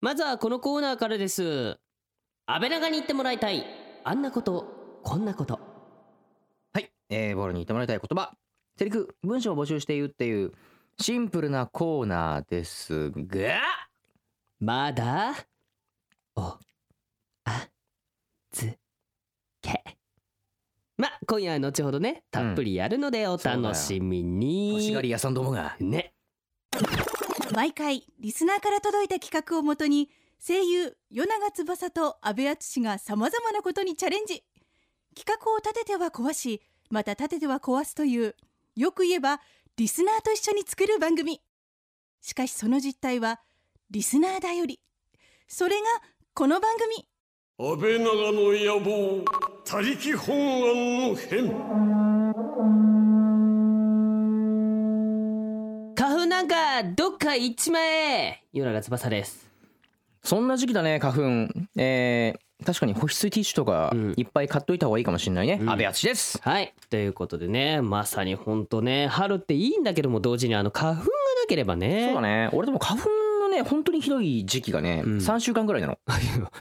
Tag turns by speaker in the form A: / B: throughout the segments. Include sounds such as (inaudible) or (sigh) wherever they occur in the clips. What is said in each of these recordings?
A: まずはこのコーナーからです安倍長に言ってもらいたいあんなことこんなこと
B: はい、えー、ボールに言ってもらいたい言葉セリフ文章を募集しているっていうシンプルなコーナーですが
A: まだおあつけまあ今夜は後ほどねたっぷりやるのでお楽しみに、
B: 欲しがり屋さんどもが
A: ね
C: 毎回リスナーから届いた企画をもとに声優与永翼と阿部淳がさまざまなことにチャレンジ企画を立てては壊しまた立てては壊すというよく言えばリスナーと一緒に作る番組しかしその実態はリスナーだよりそれがこの番組
D: 安倍長の野望他力本願の変
A: 花粉なんかどっか行っちまえ夜長翼です
B: そんな時期だね花粉えー、確かに保湿ティッシュとか
A: うん
B: いっぱい買っといた方がいいかもしれないね、
A: うん
B: 安倍敦です
A: はいということでねまさにほんとね春っていいんだけども同時にあの花粉がなければね
B: そうだね俺でも花粉のね本当にひどい時期がね、
A: うん
B: 3週間ぐらいなの、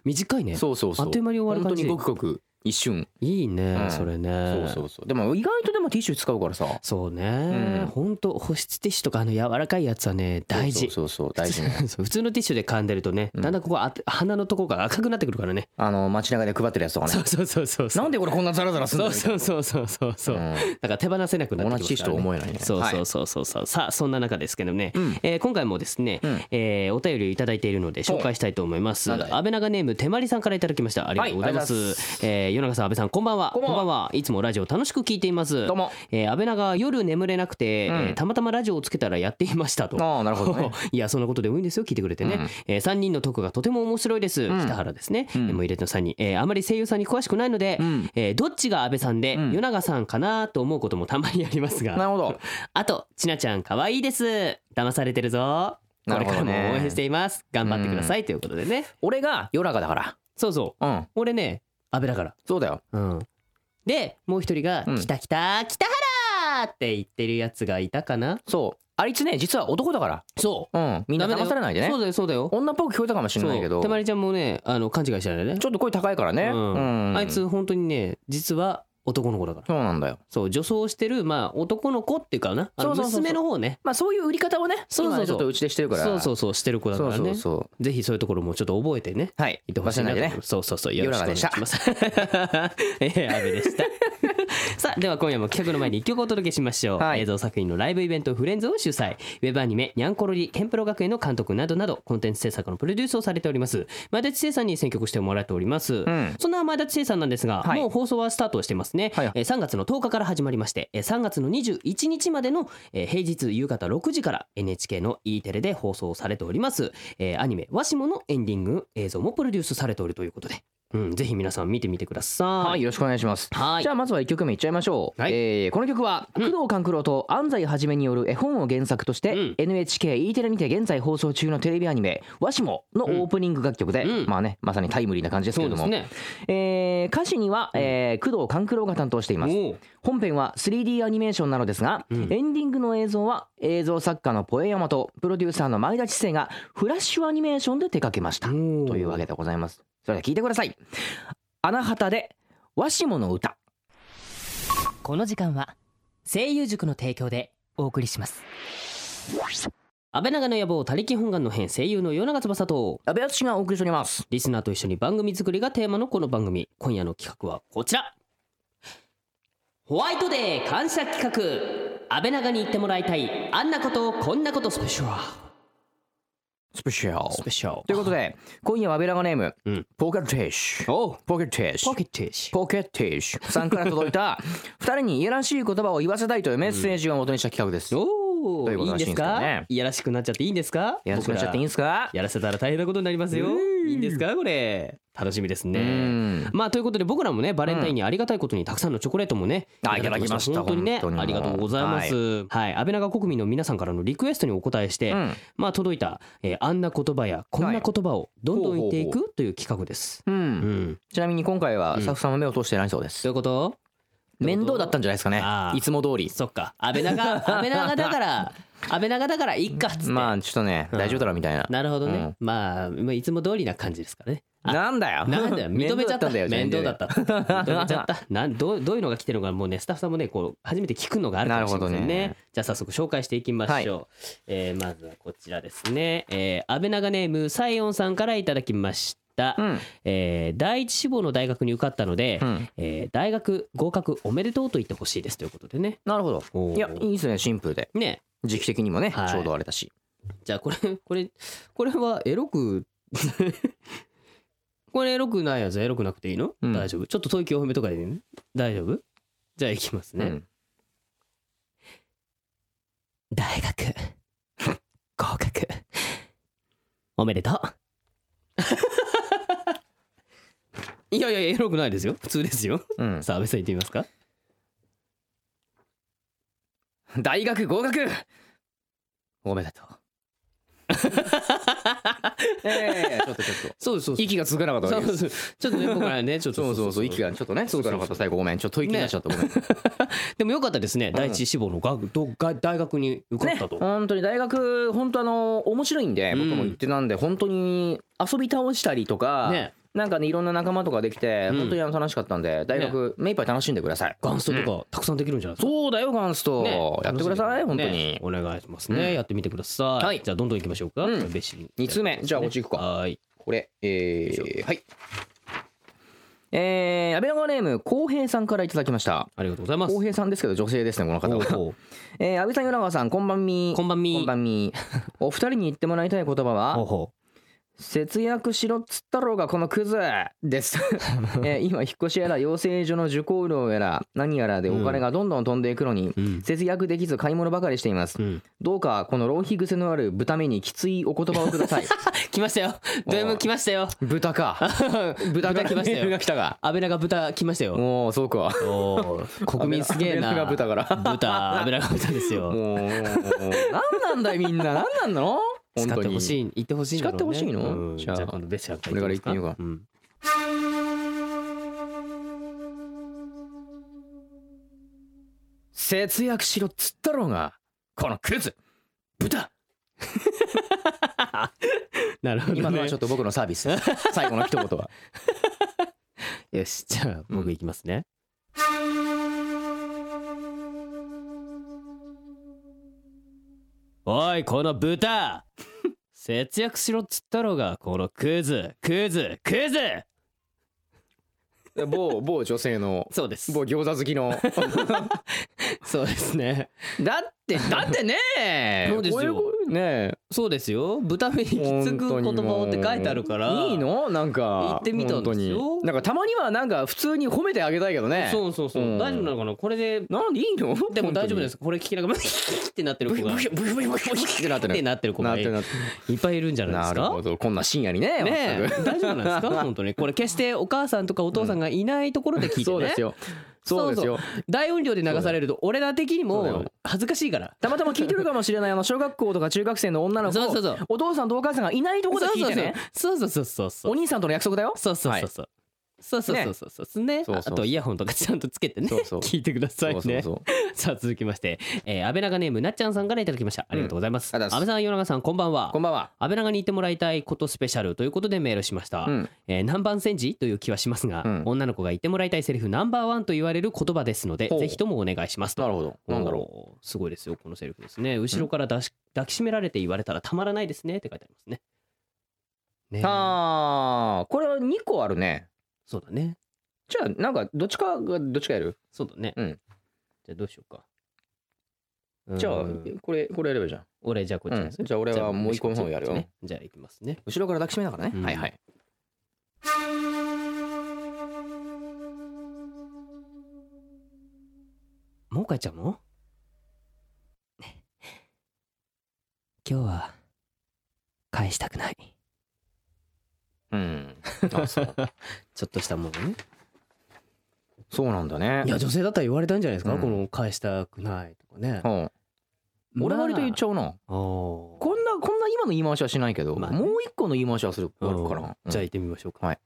A: 短いね
B: そうそうそう
A: あっという間に終わる感じ
B: 本当にごくごく一瞬、
A: いいね、
B: うん
A: それね
B: そうそうそうでも意外とでもティッシュ使うからさ
A: そうね、
B: うん
A: ほんと保湿ティッシュとかあの柔らかいやつはね大事
B: そうそうそう大事ね
A: (laughs) そう普通のティッシュで噛んでるとね、
B: うん
A: だんだんここあ鼻のとこが赤くなってくるからね、
B: あの街中で配ってるやつとかね
A: そうそうそうそうそう
B: なんで俺こんなザラザラすん
A: そ
B: だ
A: うそうそうそうそうそう
B: うん
A: だから手放せなくなって
B: 同
A: き
B: じ
A: ます
B: テ
A: か
B: ィッシュ
A: ら、
B: と
A: ね、
B: は思えないね
A: そう
B: はい
A: そうそうそうそう、さあそんな中ですけどね、
B: うん
A: えー今回もですね、
B: うん
A: えーお便りをいただいているので紹介したいと思います
B: おなんだい
A: 安倍長ネーム手まりさんからいただきましたありがとうございます,、
B: はいありがとうございます
A: えー、与永さん安倍さんこんばんは
B: こんばんは
A: はいつもラジオ楽しく聞いています
B: どうも
A: えー、安倍長夜眠れなくて、
B: うん
A: えーたまたまラジオをつけたらやっていましたと
B: ああなるほど
A: (laughs)
B: ね
A: いやそんなことでもいいんですよ聞いてくれてね、
B: うん
A: えー、3人のトークがとても面白いです、
B: うん
A: 北原ですね、
B: うん
A: えーもう入れての3人、えー、あまり声優さんに詳しくないので、 (laughs)
B: うん
A: えーどっちが安倍さんで、
B: うん
A: 与永さんかなと思うこともたまにあります
B: なる
A: が
B: ほど
A: あとちなちゃん可愛いです騙されてるぞこ
B: な
A: れ
B: る
A: から
B: ほどね
A: も応援しています頑張ってください、ということでね
B: 俺が夜中だから
A: そうそう
B: うん
A: 俺ね安倍だから
B: そうだよ
A: うんでもう一人が「
B: うん
A: きたきた北原!」って言ってるやつがいたかな
B: そうあいつね実は男だから
A: そう
B: うんみんな
A: ダメだ
B: 騙
A: よ
B: されないで
A: そう
B: ね
A: だよそうだよ
B: 女っぽく聞こえたかもしれないけ
A: そ
B: ど
A: う
B: ち
A: たま
B: ょ
A: りちゃんもねあの勘違いしてないでね
B: っと声高いからね
A: うん
B: うん
A: あいつ本当にね実は男の子だから
B: そうなんだよ
A: そう女装してるまあ男の子っていうかなあの
B: そうそうそうそう
A: 娘の方ね
B: まあそういう売り方をね
A: そうそうそう
B: 今ねちょっとうちでしてるから
A: そうそううそうしてる子だか
B: そう
A: ら
B: そう
A: ね
B: そ
A: ぜひそういうところもちょっと覚えてね
B: うはい
A: いてほしい
B: 忘れ
A: な
B: な
A: と
B: いで
A: 思い
B: ね
A: ますそうそうそうよろしくお願いします (laughs) ええ安倍でした (laughs) さあでは今夜も企画の前に一曲お届けしましょう、
B: はい
A: 映像作品のライブイベントフレンズを主催ウェブアニメニャンコロリケンプロ学園の監督などなどコンテンツ制作のプロデュースをされております前田知世さんに選曲してもらっております、
B: ん
A: そんな前田知世さんなんですが、
B: はい
A: もう放送はスタートしてますね、
B: はい
A: えー3月の10日から始まりましてえー3月の21日までのえー平日夕方6時から NHK の E テレで放送されております、えーアニメ「わしも」のエンディング映像もプロデュースされておるということで、うん、ぜひ皆さん見てみてください。
B: はいよろしくお願いします
A: はい
B: じゃあまずは1曲目いっちゃいましょう、
A: はい
B: えーこの曲は工藤官九郎と安西はじめによる絵本を原作として、
A: うん
B: NHKE テレにて現在放送中のテレビアニメ「わしも」のオープニング楽曲で、
A: うん
B: まあねまさにタイムリーな感じですけ
A: そ
B: れ
A: う
B: ど
A: で
B: も、
A: すね。
B: えー歌詞には、えー工藤官九郎が担当しています
A: もう
B: 本編は 3D アニメーションなのですが、
A: うん
B: エンディングの映像は映像作家のポエヤマとプロデューサーの前田知世がフラッシュアニメーションで手掛けました
A: と
B: というわけでございますそれでは聞いてください穴畑でわしもの歌
A: この時間は声優塾の提供でお送りします。安倍長の野望他力本願の編声優の与永翼と
B: 安倍淳がお送りしております
A: リスナーと一緒に番組作りがテーマのこの番組今夜の企画はこちらホワイトデー感謝企画安倍長に言ってもらいたいあんなことこんなことスペシャ
B: スペシャ
A: ルス
B: ル
A: ペシャル
B: ということで今夜はベラガネーム、
A: うん
B: ポケットティッシュ
A: おう
B: ポケットティッシ
A: ポ
B: ュ
A: ケットティッシュ
B: ポケットティッシュさんから届いた (laughs) 二人にいやらしい言葉を言わせたいというメッセージを元にした企画です、
A: お
B: という
A: う
B: こ
A: いい
B: と
A: ん
B: ら
A: で
B: しい
A: す
B: んですけど
A: か
B: ね
A: いやらしくなっちゃっていいんですか
B: やらしくなっちゃっていいんですか
A: 僕らやらせたら大変なことになりますよいいんですかこれ楽しみです
B: う
A: ね
B: ん
A: まあということで僕らもねバレンタインにありがたいことにたくさんのチョコレートもね
B: あいただきました
A: 本当にね
B: 本当に
A: ありがとうございますはい安倍長国民の皆さんからのリクエストにお答えして
B: うん
A: まあ届いたえーあんな言葉やこんな言葉をどんどん言っていくという企画です
B: うん
A: うん
B: ちなみに今回はスタッフさんも目を通してないそうで
A: ど
B: す、
A: ういうこと
B: 面倒だったんじゃないですかね
A: あー
B: いつも通り
A: そっか安倍長安倍長だから安倍長だからいっかっつって、
B: (laughs) まあちょっとね
A: うん
B: 大丈夫だろうみたいな
A: なるほどね、
B: うん
A: まあまあいつも通りな感じですからねあ
B: なんだよ
A: なんだよ認めちゃ
B: (laughs)
A: った面倒だったって認めちゃったなんどうどういうのが来てるのかもうねスタッフさんもねこう初めて聞くのがあるかもしれませんね
B: なるほどね
A: じゃあ早速紹介していきましょう、えーまずはこちらですね、えー、安倍長ネームサイオンさんからいただきました、
B: (laughs) うん
A: えー第一志望の大学に受かったので、
B: うん
A: えー大学合格おめでとうと言ってほしいですということでね
B: なるほど
A: おー
B: いやいいですねシンプルで
A: ね
B: 時期的にもね
A: はい
B: ちょうどあれだし
A: じゃあこれ (laughs) これこれはエロく (laughs) これエロくないやつエロくなくていいの、
B: うん
A: 大丈夫ちょっと吐息多めとかでいいの大丈夫じゃあいきますね、
B: うん
A: 大学 (laughs) 合格おめでとう (laughs) いやいやエロくないですよ普通ですよ
B: うん
A: さあ安倍さん言ってみますか
B: 大学合格おめで (laughs) とうええちょっとちょっ
A: そうですそう
B: (laughs) と息がつかなかったわけです
A: そうそうちょっとね僕ら
B: (laughs)
A: ねちょっと
B: そうそうそう息がちょっとね
A: そうそ
B: つ
A: う
B: か
A: そう
B: なかった最後ごめんちょっと吐息になっちゃったごめん
A: でもよかったですね、第一志望の学どが大学に受か
B: ね
A: ったと、
B: (laughs) 本当に大学本当あの面白いんで
A: うん
B: 僕も行ってたんで本当に遊び倒したりとか
A: ね
B: なんかねいろんな仲間とかできて
A: うん
B: 本当にあの楽しかったんで大学目いっぱい楽しんでください
A: ガンストとかたくさんできるんじゃないですか、
B: そうだよガンスと
A: ね
B: やってください本当
A: ね
B: に
A: お願いしますね、
B: うん
A: やってみてください、
B: はい
A: じゃあどんどんいきましょうか、
B: うん
A: べし
B: 二通目じゃあこっち行くか
A: はーい
B: これえ
A: よい
B: ーはいえー安倍川ネーム浩平さんからいただきました
A: ありがとうございます
B: 浩平さんですけど女性ですねこの方
A: おう
B: は
A: おう
B: (laughs) えー安倍さん与那川さんこんばんみ
A: こんばんみ
B: こんばん
A: (laughs)
B: みお二人に言ってもらいたい言葉は
A: ほうほ
B: 節約しろっつったろうがこのクズです、
A: (laughs)
B: えー今引っ越しやら養成所の受講料やら何やらでお金がどんどん飛んでいくのに、
A: ううん、
B: 節約できず買い物ばかりしています、
A: うん、
B: どうかこの浪費癖のある豚めにきついお言葉をくだ
A: (laughs)
B: さい
A: 来ましたよド M 来ましたよ
B: 豚
A: (laughs)
B: か豚
A: 豚
B: が
A: 来ま
B: 来
A: し
B: ましたた
A: よ
B: よ来たか
A: 安倍長豚来ましたよ
B: もうそうか
A: おー国民すげえな
B: 安倍長豚から (laughs)
A: 豚安倍長豚ですよ
B: もう何なんだよみんな何なんだの
A: 使
B: 本
A: っ
B: 当
A: てほ
B: に
A: しい言ってほしいんだろうね
B: 使ってほしいの
A: うんじ
B: じゃ
A: ゃ
B: あ
A: あ今度ベッシャーから
B: 俺から言ってみようか
A: ん
B: 節約しろっつったろうがこのクズ豚
A: なるほど、ね、
B: 今のはちょっと僕のサービスです最後の一言
A: (laughs)
B: は
A: よしじゃあ僕いきますね、おいこの豚節約しろっつったろうがこのクズクズクズ
B: 某某女性の
A: そうです
B: 某餃子好きの
A: そうですね
B: だってだってねえ
A: そうですよ
B: こいことねえ
A: そうですよ豚目にきつく
B: 本当
A: 言葉
B: にも
A: を
B: う
A: って書いてあるから
B: いいのなんか
A: 言ってみたんですよ
B: 本当になんかたまにはなんか普通に褒めてあげたいけどね
A: そうそうそう、
B: うん
A: 大丈夫なのかなこれで
B: なんでいいの
A: でも大丈夫ですすこれ聞きながらってなってる
B: ブ
A: 子
B: ヒ
A: が
B: ブ
A: っ
B: ヒブヒブヒブヒブヒってなって
A: て
B: る
A: なってる子
B: なっ
A: が
B: て
A: い
B: るなって
A: いっぱいいるんじゃ
B: る
A: ないです
B: なる
A: か
B: ほどこんな深夜にね
A: ねえ
B: 全く
A: 大丈夫なんですか本当にこれ決してお母さんとかお父さんがいないところで聞いてね、
B: そうですよそうですよ
A: 大音量で流されると俺ら的に
B: そうだ
A: も
B: よ
A: 恥ずかしいから
B: たまたま聞いてるかもしれないあの小学校とか中学生の女の子
A: そうそうそう
B: お父さんとお母さんがいないところで聞いてね
A: そうそうそうそうそう
B: お兄さんとの約束だよ
A: そうそうそうそうそうそうそうそうそうね
B: そうそうそう
A: あとイヤホンとかちゃんとつけてね
B: そうそう
A: 聞いてくださいね
B: そうそうそう
A: さあ続きまして、えー、安倍長ネームなっちゃんさんからいただきましたありがとうございます、
B: うんありが
A: 安倍
B: とうご
A: さん与永さんこんばんは
B: こんばんは。
A: 安倍長に言ってもらいたいことスペシャルということでメールしました、
B: うん、
A: えー、南蛮戦時という気はしますが、
B: うん
A: 女の子が言ってもらいたいセリフナンバーワンと言われる言葉ですので
B: ほう
A: ぜひともお願いしますと
B: なるほど。なんだろ
A: ろうすごいですよこのセリフですね後ろから抱し抱きしめられて言われたらたまらないですねって書いてありますねね
B: う。ああ、これは二個あるね。
A: そうだね
B: じゃあなんかどっちかがどっちかやる。
A: そうだね、
B: うん
A: じゃあどうしようかうーん
B: じゃあこれこれやればいいじゃん。
A: 俺じゃあこっちです、
B: うんじゃあ俺はもう一個の方やるよ
A: ねじゃあいきますね
B: 後ろから抱きしめながら
A: うん
B: ね。はいはい。
A: もう帰っちゃうの今日は返したくない
B: うん。あそう
A: (laughs) ちょっとしたものね
B: そうなんだね。
A: いや女性だったら言われたんじゃないですか、
B: うん
A: この返したくないとかね
B: う、ん。俺割と言っち
A: ゃう
B: ゃうな。
A: こ
B: こんなこんな今の言い回しはしないけど、
A: まあね
B: もう一個の言い回しはするあるから。
A: じゃあ
B: うん
A: 行ってみましょうか、
B: はい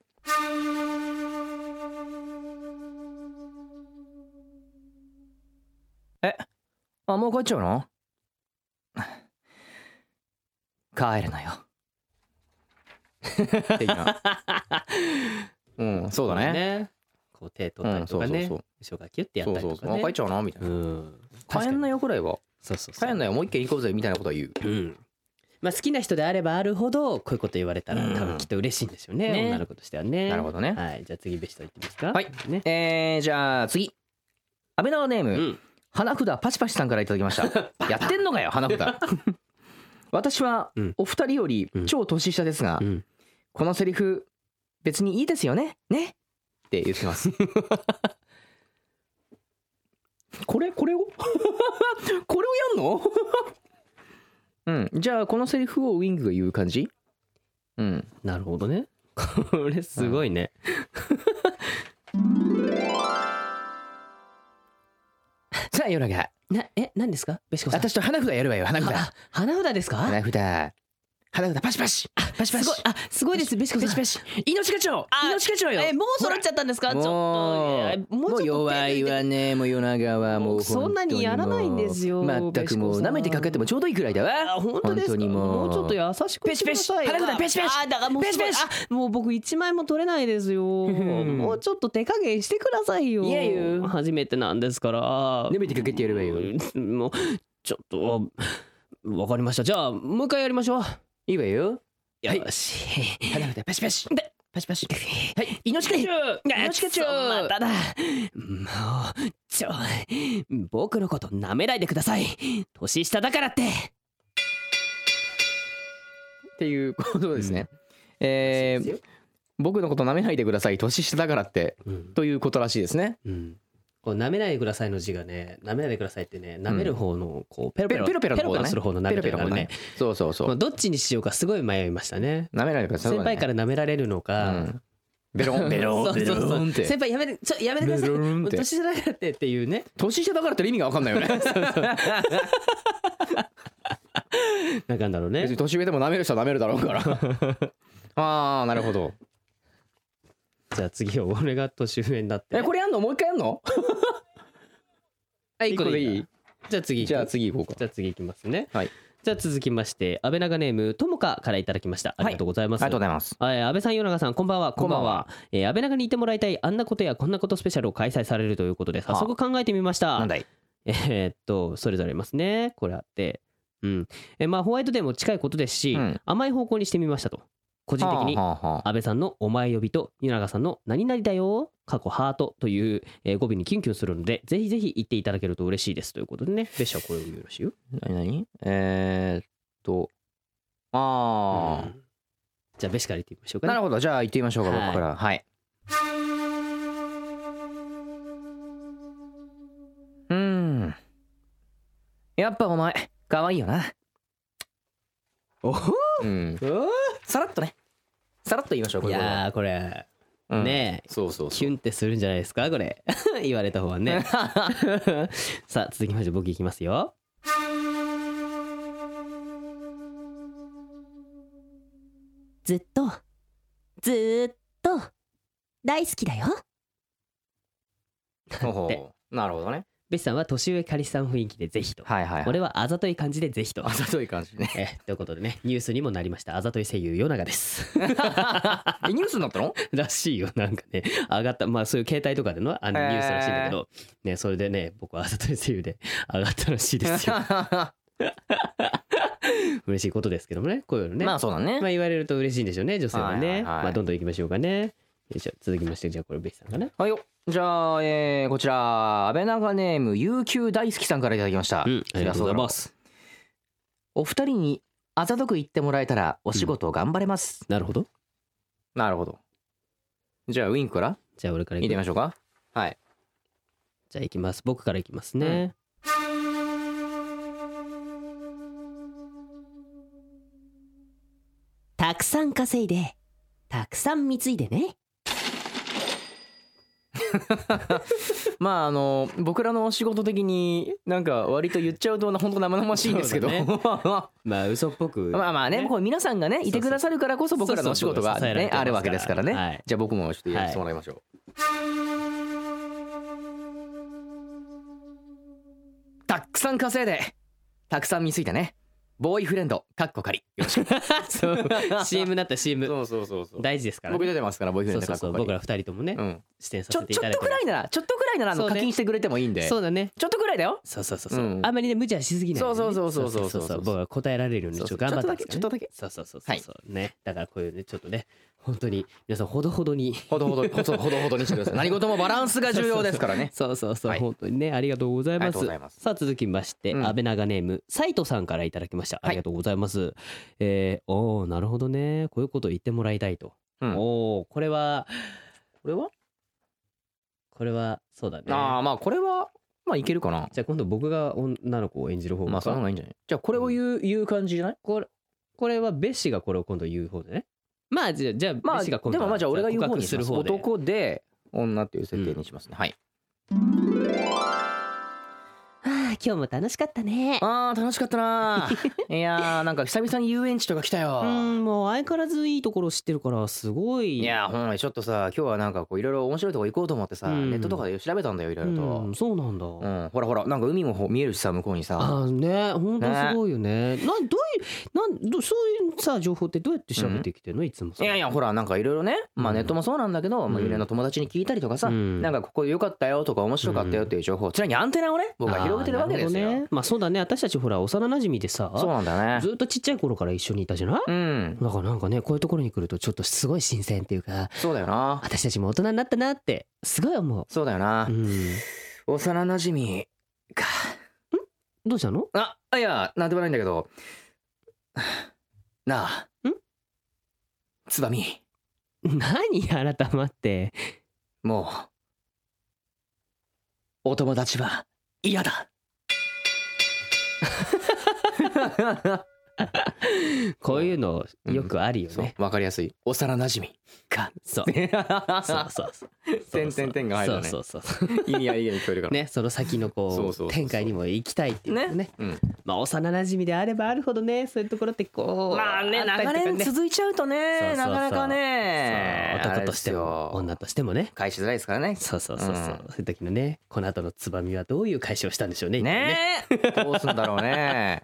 B: あ、もう帰っちゃうの帰るなよ。的な。 (laughs) うん、そうだね。
A: こう手取ったりとか
B: う
A: ね
B: んそうそ
A: 後ろ
B: う
A: からキュッてや
B: そ
A: っ
B: う
A: たり
B: そう
A: と
B: そ
A: か
B: う。あ
A: ね
B: 帰っちゃうなみたいな。
A: うん
B: 帰んなよくらいは。
A: そうそうそう
B: 帰んなよ、もう一軒行こうぜみたいなことは言う。
A: うんまあ、好きな人であればあるほどこういうこと言われたら
B: うん
A: 多分きっと嬉しいんですよね,、
B: ね
A: 女の子としてはね
B: なるほどね
A: はいじゃあ次ベストいってみますか
B: はい
A: ね
B: えー、じゃあ次。安倍川ネーム、
A: うん
B: 花札パチパチさんからいただき
A: (laughs)
B: ました。やってんのかよ、花札。私は
A: うん
B: お二人より
A: うん
B: 超年下ですが、
A: うん
B: このセリフ別にいいですよね、ねって言っ
A: (laughs)
B: てます。これこ
A: (laughs)
B: れをこれをやんの？うん。じゃあこのセリフをウィングが言う感じ？うん。
A: なるほどねこれすごいね、 (laughs)
B: さあ夜中、
A: なえ何ですかベシコさん
B: 私と花札やるわよ、花札。
A: あ花札ですか
B: 花札。花札パシパシ。パシパ
A: す
B: シ
A: ごい。あすごいですベシコさん
B: ペシペシ命課長
A: あ
B: 命課長よ
A: えもう揃っちゃったんですかちょっと
B: も
A: え
B: うもう
A: ちょっと手
B: 弱
A: 抜
B: い
A: て
B: わねもう夜長はもう
A: 僕そんなに
B: 本当
A: やらないんですよ
B: もう全くも
A: ベシコ
B: う
A: さん
B: 舐めてかけてもちょうどいいくらいだわ
A: あ本当です
B: 本当
A: か
B: にも
A: も
B: う
A: うちょっと優しくしてください
B: ペシペシ腹札ペシペシ
A: あだからもうすごい
B: ペシ
A: あもう僕一枚も取れないですよもうちょっと手加減してくださいよ
B: いやいや
A: 初めてなんですから
B: 舐めてかけてやればいいよ
A: もうちょっとわかりましたじゃあもう一回やりましょう
B: いいわよはい
A: よし
B: 花札パシパシ
A: で
B: パシパシはい命課長命課
A: ま
B: 長
A: ただもうちょ僕のこと舐めないでください年下だからって
B: っていうことですね
A: え
B: えー僕のこと舐めないでください年下だからって
A: うん
B: ということらしいですね
A: うんこう舐めないでくださいの字がね舐めないでくださいってね舐める方のこうペロペ
B: ペ
A: ロ
B: ロペロペ
A: ペ
B: ロの方だね
A: する方の舐めてるからね
B: そうそうそ
A: まあ
B: う
A: どっちにしようかすごい迷いましたね
B: 舐めないでください
A: 先輩から舐められるの
B: う
A: か
B: んベロンベロ
A: そ
B: ン
A: う
B: ベ
A: そうそ
B: ロン
A: う
B: って
A: 先輩やめてちょやめてください
B: ベロン
A: も
B: っ
A: う
B: て
A: 年下だからってっていうね
B: 年下だからって意味が分かんないよ (laughs) ね
A: なんかなんだろう
B: 別に
A: ね
B: 年上でも舐める人は舐めるだろうから (laughs) ああなるほ (laughs) ど
A: じゃあ次は俺が年上になって
B: えこれやんのもう一回やん (laughs) の
A: あ
B: 一個でい
A: ん
B: い
A: だじゃあ次行き
B: じゃあ
A: ます
B: 次行こう
A: じ
B: か
A: ゃあ次いきますね。
B: はい。
A: じゃあ続きまして安倍長ネームともかからいただきました。ありがとうございます。
B: ありがとうございます
A: はい安倍さん、与永さん、こんばんは。
B: こんばんは
A: えー安倍長にいてもらいたい、あんなことやこんなことスペシャルを開催されるということで、早速考えてみました。
B: なんだい
A: えーっと、それぞれありますね。これあって。うん。えーまあ、ホワイトデーも近いことですし、
B: うん
A: 甘い方向にしてみましたと。個人的に
B: はあはあはあ
A: 安倍さんの「お前呼び」と湯永さんの「何々だよ」過去ハートというえー語尾にキュンキュンするのでぜひぜひ言っていただけると嬉しいですということでね別所はこれを言うらしいよ。
B: 何何えーっとあ
A: うんじゃあベシから言ってみましょう
B: あ
A: か、ね、
B: なるほどじゃあ行ってみましょうか
A: はい
B: 僕からはいうーんやっぱお前可愛いよな
A: おほ
B: うんさらっとねさらっと言いましょうこ
A: い
B: れ
A: やーこれ、
B: うん
A: ねえ
B: そうそう
A: キュンってするんじゃないですかこれ (laughs) 言われた方はね (laughs) さあ続きまして僕いきますよ
E: ずっと、ずーっと、大好きだよ。
B: ほうほうなるほどね
A: ベシさんは年上カリスさん雰囲気でぜひと
B: はいはいはい
A: 俺はあざとい感じでぜひ
B: (laughs)
A: と
B: あざとい感じね
A: えーということでねニュースにもなりましたあざとい声優与永です
B: えニュースになったの
A: らしいよなんかね (laughs) 上がったまあそういう携帯とかでのあの
B: へー
A: ニュースらしいんだけど、ね、それでね僕はあざ (laughs) とい声優で上がったらしいです (laughs) よ嬉しいことですけどもねこういうのね、
B: ま
A: まあ
B: あそうだ (laughs) ね、
A: 言われると嬉しいんでしょうね女性はね、
B: はいはいはい
A: まあ、どんどん行きましょうかねよいしょ続きましてじゃあこれベイさんかな
B: はいよじゃあ、えーこちら安倍長ネーム悠久大好きさんからいただきました、
A: うんありがとうございます
B: お二人にあざとく言ってもらえたらお仕事頑張れます、
A: なるほど
B: なるほどじゃあウィンクから
A: じゃあ俺から
B: 見
A: 行
B: て
A: く
B: みましょうかはい
A: じゃあ行きます僕から行きますね、
E: たくさん稼いで、たくさん貢いでね。
B: まああの僕らのお仕事的になんか割と言っちゃうと本当生々しいんですけど、
A: そう
B: (laughs)
A: まあ嘘っぽく
B: まあまあね、こう皆さんがねいてくださるからこそ僕らのお仕事が
A: そうそうそうそう
B: ね
A: 支えられてますから
B: あるわけですからね、
A: はい
B: じゃあ僕もちょっとやらせてもらいましょう、っくさん稼いでたくさん見ついたねボーイフレンドかっこかりよろしく
A: (laughs) そう CM になった CM
B: うそうそうそ
A: 大事ですから
B: 僕
A: ね
B: 出てますからボーイフ
A: そ
B: レン
A: う
B: ド
A: そ
B: か
A: う
B: っ
A: そ
B: こ
A: う
B: かり
A: 僕ら二人ともね
B: うん
A: 出演さ
B: ちょ
A: せてい
B: ち
A: た
B: ょっ
A: だい
B: と
A: て
B: くらいならちょっとくらいならあ
A: そ
B: の
A: うね
B: 課金してくれてもいいんで
A: そうだね
B: ちょっとくらいだよ
A: そうそうそうそう、
B: うん
A: あんまりね無茶しすぎないようにね、
B: そうそうそうそうそうそう
A: 僕は答えられるようにちょっと頑張ってますからね
B: ちょっとだけ
A: そうそうそうそうそうねだからこういうねちょっとね本当に皆さんほどほどに
B: ほどほどほどほどほどにしてください何事もバランスが重要です (laughs) からね
A: そうそうそう、
B: はい
A: 本当にねありがとうござい
B: あり
A: ま
B: が
A: す
B: とうございます
A: さあ続きまして、
B: うん
A: 安倍長ネーム斉藤さんからいただきましたありがとうございます、えー、おーなるほどねこういうこと言ってもらいたいと、
B: うん
A: おおこれは
B: これは
A: これはそうだね
B: ああまあこれはまあいけるかな
A: じゃあ今度僕が女の子を演じる方
B: まあその方
A: か
B: がいいんじゃないじゃあこれを言う言う感じじゃない
A: これこれはベシがこれを今度言う方でねまあじゃあじゃあ
B: ま
A: ベ
B: あ
A: シ
B: で
A: が今度
B: もまあじゃあ俺が言う方に
A: す
B: し
A: る
B: ます
A: 方で
B: 男で女っていう設定にしますねはい
E: あ今日も楽しかったね
B: あー楽しかったな (laughs) ーいやーなんか久々に遊園地とか来たよ
A: うんもう相変わらずいいところ知ってるからすごい
B: いやーほんまにちょっとさ今日はなんかこういろいろ面白いとこ行こうと思ってさ
A: うん
B: ネットとかで調べたんだよいろ
A: う
B: いろ
A: ん
B: と
A: そうなんだ、
B: うんほらほらなんか海もほ見えるしさ向こうにさ
A: あーね本当すごいよねなんどういうなんどそういうさ情報ってどうやって調べてきてんのいつも
B: い
A: さ
B: やいやほらなんかいろいろねまあネットもそうなんだけどまあいろいろな友達に聞いたりとかさ
A: うん
B: なんかここ良かったよとか面白かったよっていう情報常にアンテナをね僕は広げてる
A: あーなる
B: わけです
A: ほど
B: よ
A: ねまあそうだね私たちほら幼馴染でさ
B: そうなんだね
A: ずっとちっちゃい頃から一緒にいたじゃない、
B: うん
A: だからなんかねこういうところに来るとちょっとすごい新鮮っていうか
B: そうだよな
A: 私たちも大人になったなってすごい思う、
B: そうだよな
A: うん、
B: 幼馴染か
A: どうしたの
B: ああいやなんでもないんだけど (sighs) なあ
A: ん
B: つばみ
A: 何改まって
B: もうお友達は嫌だ
A: こういうのよくあるよ
B: そう
A: ね、
B: わかりやすい幼馴染か
A: そうそうそうそう
B: 点々点が入 (laughs) るね
A: そうそうそうそう
B: 意味合いが聞こえるか
A: ねその先のこう
B: そうそうそうそう
A: 展開にも行きたいっていうねね
B: うん
A: まあ幼馴染であればあるほどねそういうところってこう
B: まあね
A: ったりと
B: 長
A: か
B: 年続いちゃうと
A: そうそ
B: ね
A: うそう
B: なかなかね
A: そう男として
B: あれ
A: も
B: ですよ
A: 女としてもね
B: 返しづらいですからね
A: そうそうそうそう、
B: うん
A: そういう時のねこの後のつばみはどういう解消したんでしょうね一体 (laughs)
B: ねどうすんだろうね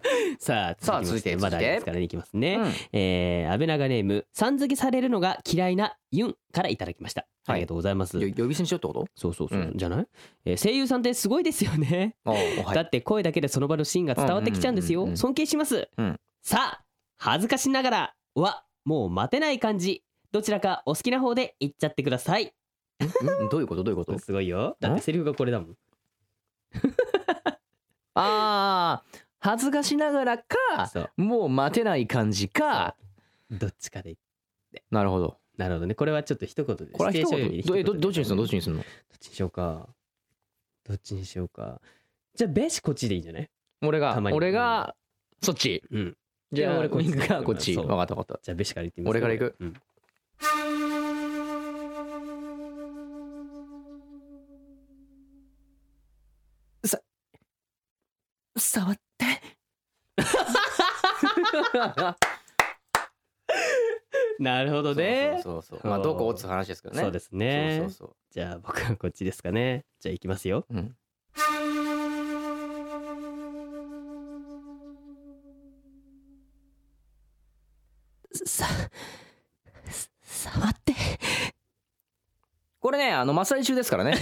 A: ねさあ
B: さあ
A: 続きまして
B: 続いて
A: まだありま
B: 続い
A: す
B: て
A: からねいきます (laughs) ね、
B: うん
A: えー、安倍長ネームさん付けされるのが嫌いなユンからいただきました、
B: はい
A: ありがとうございます
B: よ呼び捨てにしようってこと
A: そうそうそう、
B: うん
A: じゃない、えー声優さんってすごいですよね、
B: おおは
A: だ
B: い
A: って声だけでその場のシーンが伝わってきちゃうんですよ、
B: うんうんうんうん
A: 尊敬します、
B: うん
A: さあ恥ずかしながらはもう待てない感じどちらかお好きな方で言っちゃってください
B: んどういうことどういうこと
A: すごいよだってセリフがこれだもん
B: ああ恥ずかしながらか
A: そう
B: もう待てない感じか
A: どっちかで
B: なるほど
A: なるほどねこれはちょっと一言で
B: これは一
A: シチュエーションよ
B: 言
A: り
B: どえどどっちにするのどっ
A: ち
B: ちにするの
A: どっちにしようかどっちにしようかじゃあベーシこっちでいいんじゃない
B: 俺が
A: たまに
B: 俺がそっち
A: うん
B: じ
A: い
B: ゃ
A: や
B: あ
A: 俺
B: 俺
A: こっ
B: こっ
A: ち
B: ちがこっち
A: そう
B: 分かった分かっ
A: じゃあベーシから言ってみます
B: 俺から行く
A: うん
B: た触って
A: なるほどね
B: そうそうそうまあどこをって話ですけどね
A: そうですすね
B: そうそう
A: じゃあ僕はこっちですかねじゃあ行きます
B: (laughs)
A: よ
B: そううん
E: さ触って
B: これねあの真っ最中ですからね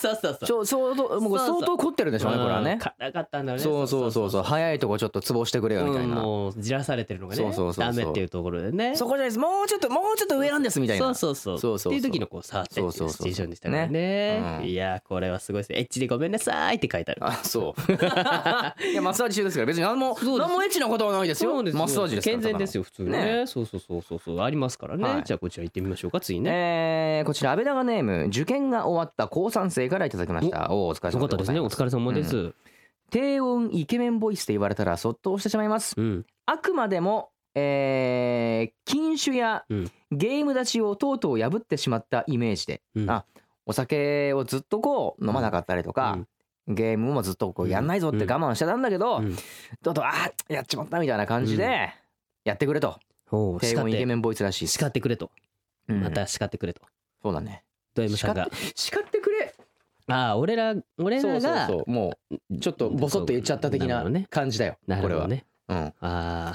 A: そうそう
B: ちょ相当もうこれ
A: そうそう
B: 相当凝ってるでしょうねこれはね
A: 硬かったんだろうね
B: そうそうそうそう早いとこちょっとツボしてくれよみたい
A: うん
B: な
A: もうじらされてるのがね
B: そうそうそうそう
A: ダメっていうところでね
B: そこじゃないですもうちょっともうちょっと上なんですみたいな
A: そうそうそ
B: そううそうそう
A: っていう時のこう触ってっていうシチュエーションでしたからね
B: そううん
A: いやーこれはすごいですねエッチでごめんなさいって書いてあ
B: (laughs)
A: る
B: あそうい
A: (laughs)
B: やマッサージ中ですから別に何も
A: そうです
B: 何もエッチなことはないですよマッサージですから
A: 健全です
B: よ
A: よ普通にね
B: ね
A: そうそうそうそうそうありますからね、
B: はい
A: じゃあこちら行ってみましょうか次ね、
B: えー、こちら安倍長ネーム受験が終わった高三生からいただきましたおおーお疲れ
A: よか
B: 様
A: った
B: でご
A: です
B: ざ
A: ね
B: い
A: お
B: ます
A: 疲れ様ですうん、
B: 低音イケメンボイスで言われたらそっと押してしまいますあくまでもえー、禁酒や
A: うん
B: ゲーム立ちをとうとう破ってしまったイメージで、
A: うん
B: あお酒をずっとこう飲まなかったりとか、ゲームもずっとこうやんないぞって我慢してたんだけど、
A: うんうん
B: とうとうあーやっちまったみたいな感じでやってくれと、
A: おう
B: 低
A: 叱っ
B: 音イケ
A: て
B: メンボイスらしい
A: 叱ってくれと
B: うん
A: また叱ってくれと
B: そうだね
A: ド M さんが
B: 叱ってくれ
A: ああ俺ら俺
B: そ
A: ら
B: うそう
A: が
B: そうもうちょっとボソッと言っちゃった的
A: なる
B: な
A: ほどね
B: 感じだよ
A: な
B: こ
A: る
B: れ
A: ほ
B: は
A: どね
B: うん
A: ああ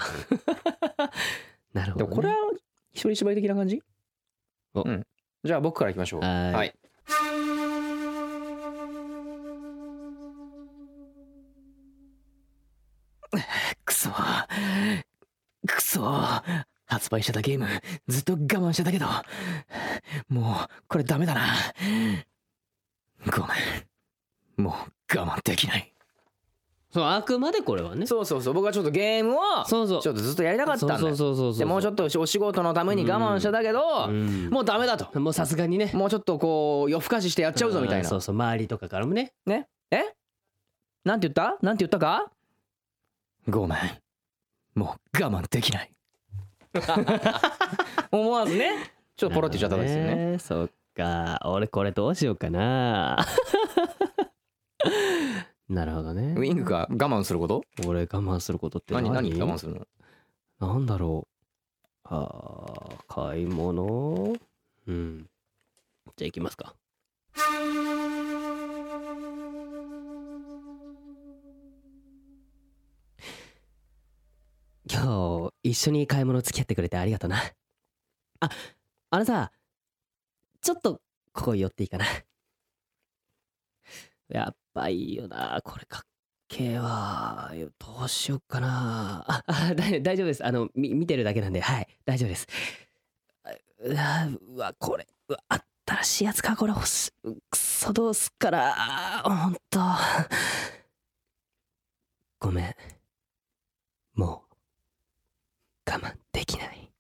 A: (laughs) なるほ
B: で
A: ど、
B: も
A: ね、
B: これは一人芝居的な感じ
A: お
B: うんじゃあ僕からいきましょう
A: はーい
B: はいくそくそ発売してたゲームずっと我慢してたけどもうこれダメだなごめんもう我慢できない
A: そうあくまでこれはね
B: そうそうそう僕はちょっとゲームを
A: そうそう
B: ちょっとずっとやりたかったんだよ
A: そうそうそうそうそう
B: でもうちょっとお仕事のために我慢してたけど、
A: うん
B: もうダメだと
A: もうさすがにね
B: もうちょっとこう夜更かししてやっちゃうぞみたい
A: ん
B: な
A: そうそう周りとかからもね
B: ねえなんて言ったなんて言ったかごめんもう我慢できない (laughs) 思わずねちょっとポロって言っちゃったんですよね
A: ねそっか俺これどうしようか
B: (laughs)
A: ななるほどね
B: ウィングが我慢すること
A: 俺我慢することって
B: 何
A: 何
B: 何我慢するの
A: なんだろうあー買い物うんじゃあ行きますか今日一緒に買い物付き合ってくれてありがとなああのさちょっとここ寄っていいかなやっばいよなこれかっ系は、よどうしようかな。あ、あ (laughs) 大大丈夫です。あの、み、見てるだけなんで、はい、大丈夫です。あうわ、うわこれ、うわ、新しいやつか、これ欲しい。うくそ、どうすっから、あーほんと。ごめん。もう、我慢できない。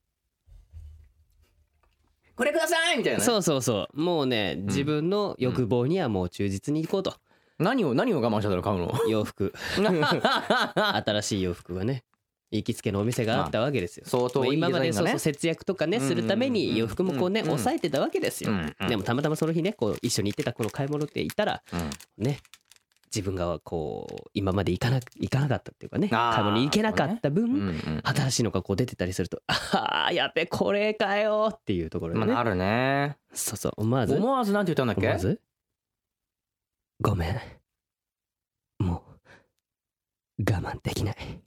B: これくださいみたいなね
A: そうそうそう。もうね、自分の欲望にはもう忠実にいこうと。
B: 何を何を我慢してたの買うの
A: 洋
B: (laughs)
A: 服。新しい洋服がね行きつけのお店があったわけですよ。
B: 相当
A: まあ
B: いいデ
A: 今
B: ザイン
A: ま
B: が
A: で
B: ね
A: そうそう節約とかね
B: うんうん
A: するため
B: うんうん
A: に洋服もこうね
B: うん
A: 抑えてたわけですよ
B: うんうん。
A: でもたまたまその日ねこう一緒に行ってたこの買い物って行ったらね自分がこう今まで行かな行かなかったっていうかね
B: あー
A: 買い物に行けなかった
B: うんうん
A: 分
B: うん
A: 新しいのがこう出てたりするとああやべこれかよっていうところ
B: ま
A: で
B: あ
A: ね
B: なるね
A: そうそう思わず
B: 思わずなんて言ったんだっけ
A: 思わずごめんもう我慢できないって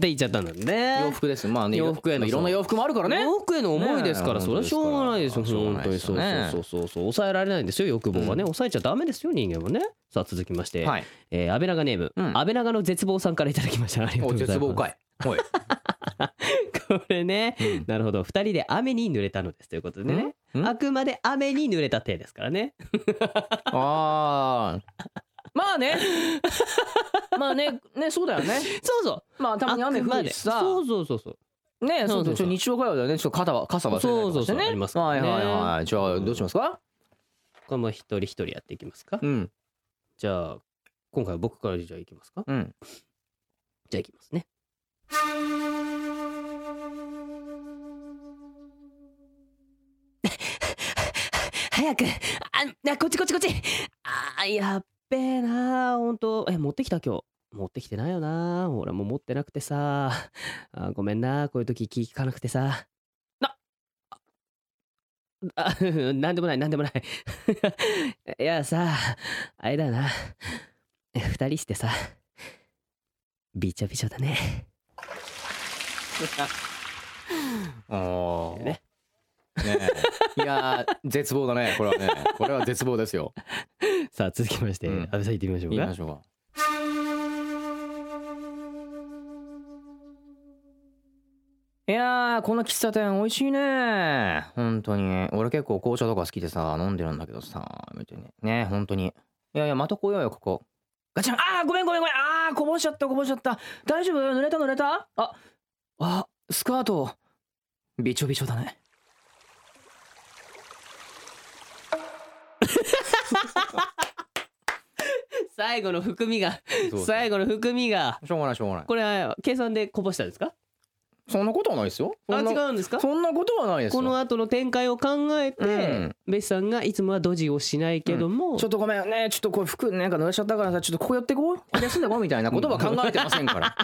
A: 言っちゃったんだね
B: 洋服ですまあね
A: 洋服への
B: いろんな洋服もあるからね
A: 洋服への思いですから、
B: ねえ
A: それはしょうがないですよ
B: 本
A: 本
B: 当
A: 当
B: で
A: に
B: すか
A: そ
B: ら
A: う
B: ね
A: そうそうそうそう抑えられないんですよ欲望はね、
B: うん
A: 抑えちゃダメですよ人間はねさあ続きまして、
B: はい
A: えー、安倍長ネーム、
B: うん
A: 安倍長の絶望さんからいただきましたありがとうご
B: お
A: ざいます
B: 絶望かいおい
A: これね、なるほど2人で雨に濡れたのですということでね、
B: うん
A: あくまで雨に濡れた手ですからね
B: ああま
A: (laughs)
B: あねまあねねそうだよね
A: そうそう
B: まあたまに雨降るし
A: あ
B: さ
A: くまでそうそうそうそう
B: ね
A: そ
B: そう
A: う
B: そ
A: そうう
B: ちょっと日常会話だよねちょっと肩は傘忘れないとか
A: そう
B: して
A: そうそう
B: ね
A: ありますから
B: はい
A: ね
B: はいはいじゃあどうしますか
A: これも一人一人やっていきますか、
B: うん
A: じゃあ今回は僕からじゃあいきますか
B: うん
A: じゃあいきますね (laughs) 早くあなこっちこっちこっちあーやっべえなあほんとえ持ってきた今日持ってきてないよな俺も持ってなくてさあーごめんなこういう時気ぃ利かなくてさなあ (laughs) なんでもないなんでもない (laughs) いやさあれだな二人してさびちょびちょだね
B: ああね
A: ね
B: いやー絶望だねこれはねこれは絶望ですよ
A: さあ続きまして、
B: うん
A: 安倍さん行ってみましょう
B: 言いま
A: か
B: しょうかいやーこの喫茶店美味しいね本当に俺結構紅茶とか好きでさ飲んでるんだけどさみたいなね本当にいやいやまた来ようよここガチャンあーごめんごめんごめんあーこぼしちゃったこぼしちゃった大丈夫濡れた濡れたああスカートびちょびちょだね
A: 最後の含みが
B: 最
A: 最後の含みが
B: しょうがないしょうがない
A: これ計算でこぼしたんですか
B: そんなことはないですよ
A: あ
B: そ
A: 違
B: んな
A: うんですか
B: そんなことはないですよ
A: この後の展開を考えて、
B: うん
A: ベスさんがいつもはドジをしないけども、
B: ちょっとごめんねちょっとこれ服なんか濡れちゃったからさちょっとここ寄ってこうここで休んでこうみたい
A: (laughs)
B: なことは考えてませんから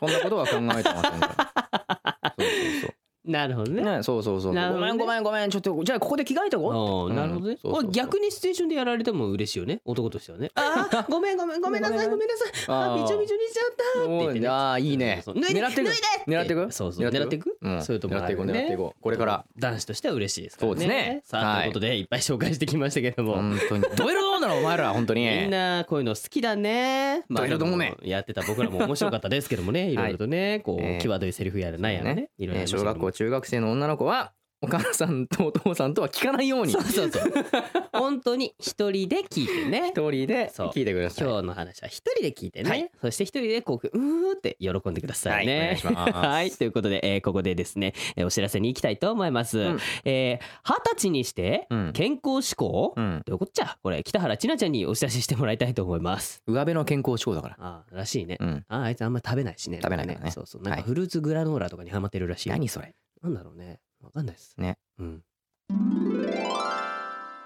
B: そんなことは考えてませんからそうそうそう
A: なるほどね
B: ね、そうそうそう、
A: なるほ
B: ご
A: ど
B: めん
A: ね
B: ごめんごめんちょっとじゃあここで着替えとこ
A: ああなるほどね、
B: うんそうそうそう
A: これ逆にシチュエーションでやられても嬉しいよね男としてはねああごめんご
B: (laughs)
A: めんごめんなさいごめんなさいあ
B: あー
A: びちょびちょにしちゃったって言ってね
B: おーあーいいね
A: そうそう脱いで
B: 狙ってく
A: 脱いで
B: 狙ってく
A: そうそう狙っていく
B: うん
A: そういうところ
B: 狙っていこう狙っていこうこれから
A: 男子としては嬉しいですからね
B: そうですね
A: さあ
B: はい
A: ということでいっぱい紹介してきましたけども、
B: 本当にドエロどうなのお前ら本当に
A: みんなこういうの好きだね。まあ
B: ドエロどもめ
A: でやってた僕らも面白かったですけど
B: (laughs)
A: もね、いろいろとね、こ
B: え
A: う
B: え
A: 際どいセリフやらなんやらね、いろいろあ
B: ね
A: りましたけど
B: 小学
A: も
B: 校中学生の女の子はお母さんとお父さんとは聞かないように一
A: そうそうそう。
B: (laughs)
A: 本当に一人で聞いてね。
B: 人で
A: そう
B: 聞いてください
A: 今日の話は一人で聞いてね、
B: はい
A: そして一人でこううーって喜んでくださいね。
B: はいお願いします
A: はいということで、えーここでですね、えーお知らせに行きたいと思います。
B: うん
A: えー二十歳にして
B: うん
A: 健康志向、
B: うん
A: どういうことじゃこれ北原千奈ちゃんにお知らせしてもらいたいと思います。
B: 上辺の健康志向だから
A: あーらしいね。
B: うん
A: あーあいつあんま食べないしね。
B: 食べないからね
A: んかそうそう。なん
B: は
A: か
B: い
A: フルーツグラノーラとかにハマってるらしい。
B: 何それ
A: なんだろうね。わかんないです。
B: ね。
A: うん。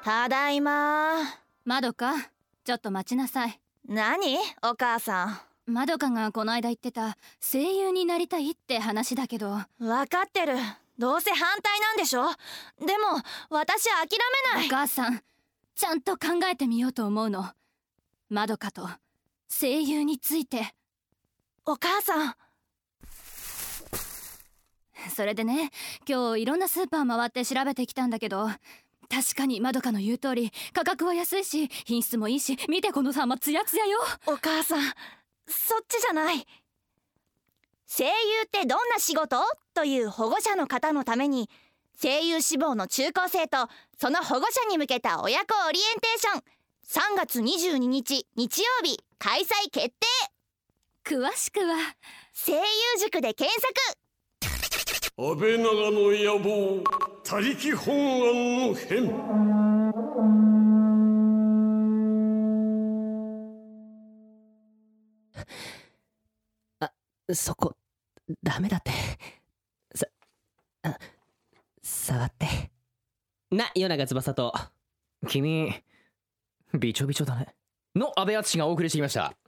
F: ただいま
G: まどかちょっと待ちなさい
F: 何お母さ
G: まどかがこの間言ってた声優になりたいって話だけどわ
F: ん分かってるどうせ反対なんでしょでも私諦めない
G: 母さんちゃんと考えてみようと思うのまどかと声優について
F: お母さん
G: それでね今日いろんなスーパー回って調べてきたんだけど確かにまどかの言う通り価格は安いし品質もいいし見てこの様ツヤツヤよ
F: お母さんそっちじゃない声優ってどんな仕事という保護者の方のために声優志望の中高生とその保護者に向けた親子オリエンテーション3月22日日曜日開催決定
G: 詳しくは
F: 声優塾で検索
D: 安倍長の野望他力本願の変
E: そこダメだってさあ触って
A: な、夜長翼と。
B: 君びちょびちょだねの安倍敦がお送りしてきました
A: (laughs)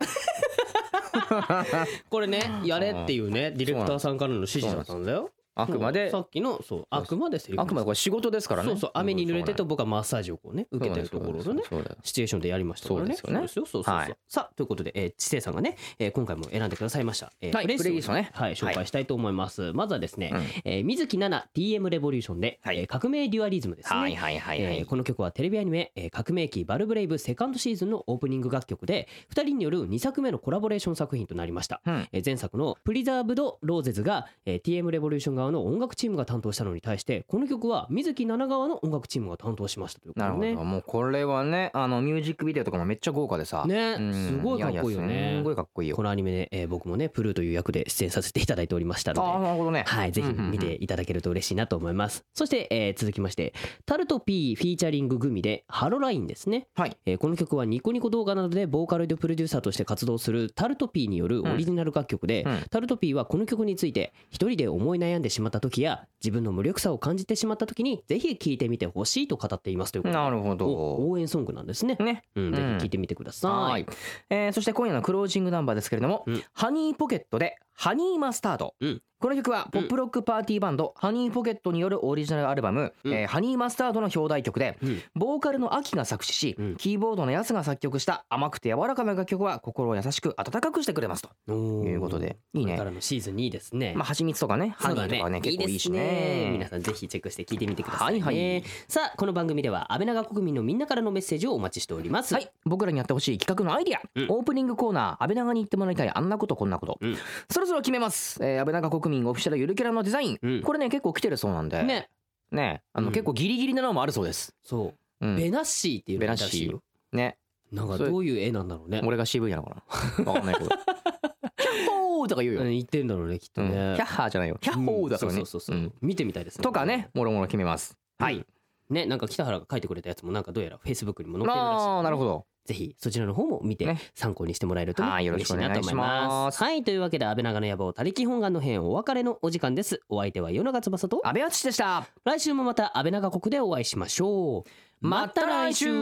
A: これね、やれっていうね、ディレクターさんからの指示だったんだよ。
B: あくまで
A: さっきの、そう、あくまでセリフ
B: あくまでこれ仕事ですからね
A: そうそう、雨に濡れてと僕はマッサージをこうね、受けてるところのね。
B: そうだよ
A: シチュエーションでやりましたからね。
B: そうですよね
A: そうそうそうそう
B: はい
A: さあということで、えー、知性さんがね、えー、今回も選んでくださいました。え
B: はい
A: プレイリストを
B: プレイリストね
A: はい、紹介したいと思います。まずはですね、
B: うん
A: えー、水木奈々 TM レボリューションで、
B: はい
A: えー革命デュアリズムですね。
B: はいはいはい
A: え
B: は
A: ー
B: い
A: この曲はテレビアニメ「えー革命期バルブレイブ」セカンドシーズンのオープニング楽曲で2人による2作目のコラボレーション作品となりました、
B: うん
A: えー前作の「プリザーブド・ローゼズが」えー TM レボリューション側の音楽チームが担当したのに対してこの曲は水木奈々側の音楽チームが担当しましたということ
B: な
A: で
B: る
A: ね
B: ほどもうこれはねあのミュージックビデオとかもめっちゃ豪華でさ
A: ね
B: うん
A: すごいかっこいいよね
B: ややすんごいかっこいいよ
A: このアニメで、えー僕もねプルーという役で出演させていただいておりました
B: ああ
A: ので。
B: なるほどね
A: はい、ぜひ見ていただけると嬉しいなと思います。そして、えー続きまして、タルト P フィーチャリンググミで、ハロラインですね。
B: はい
A: えーこの曲はニコニコ動画などでボーカロイドプロデューサーとして活動するタルト P によるオリジナル楽曲で、
B: うんうん
A: タルト P はこの曲について一人で思い悩んでしまった時や自分の無力さを感じてしまった時にぜひ聴いてみてほしいと語っていますということで
B: なるほ
A: お
B: ど
A: 応援ソングなんですね、
B: ね
A: うん
B: うん
A: ぜひ聴いてみてください、
B: はい、えーそして今夜のクロージングナンバーですけれども、
A: うん
B: ハニーポケットでハニーマスタード、
A: うん
B: この曲はポップロックパーティーバンド、ハニーポケットによるオリジナルアルバム、
A: うん
B: えーハニーマスタードの表題曲で、
A: うん
B: ボーカルのアキが作詞し、
A: うん
B: キーボードのヤスが作曲した甘くて柔らかな楽曲は心を優しく温かくしてくれますと
A: おー
B: いうことでいい
A: これ
B: ね
A: からのシーズンにいいですね、
B: まあ蜂蜜とかね
A: そ
B: ハ
A: う
B: ニ
A: だ
B: ーとかね結構いいしね
A: です皆さんぜひチェックして聞いてみてくださいね、
B: はいはい
A: さあこの番組では安倍長国民のみんなからのメッセージをお待ちしております、
B: はい、僕らにやってほしい企画のアイディア、
A: うん
B: オープニングコーナー安倍長に言ってもらいたいあんなことこんなこと、
A: うん
B: そろそろ決めます、えー、安倍長国民オフィシャルゆるキャラのデザイン、
A: うん
B: これね結構来てるそうなんで
A: ね
B: ねあの、
A: うん
B: 結構ギリギリなのもあるそうです、
A: そう
B: うん
A: ベナッシーっていうのがいたらしいよ
B: ね
A: なんかどういう絵なんだろうね
B: 俺が CV なのかな
A: (laughs)
B: わかんないけどキャッホーとか言うよ、
A: うん言ってんだろうねきっと
B: うんキャ
A: ね
B: ッハーじゃないよキャッホーだからね
A: うんそうそうそう
B: う
A: そうん見てみたいです
B: とかねもろもろ決めます
A: は
B: はい
A: いねなんか北原が書いてくれたやつもなんかどうやらフェイスブックにも載ってるらしい
B: ああなるほど
A: ぜひそちらの方も見て
B: ね
A: 参考にしてもらえるとね、
B: はいよろ
A: 嬉
B: し
A: し
B: く
A: い
B: お願
A: なと
B: い
A: 思い
B: しま
A: ますす。はいというわけで安倍長の野望他力本願の編お別れのお時間です。お相手は夜長翼と
B: 安倍敦でした
A: 来週もまた安倍長国でお会いしましょう。
B: また来週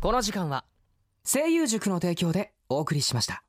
B: この時間は声優塾の提供でお送りしました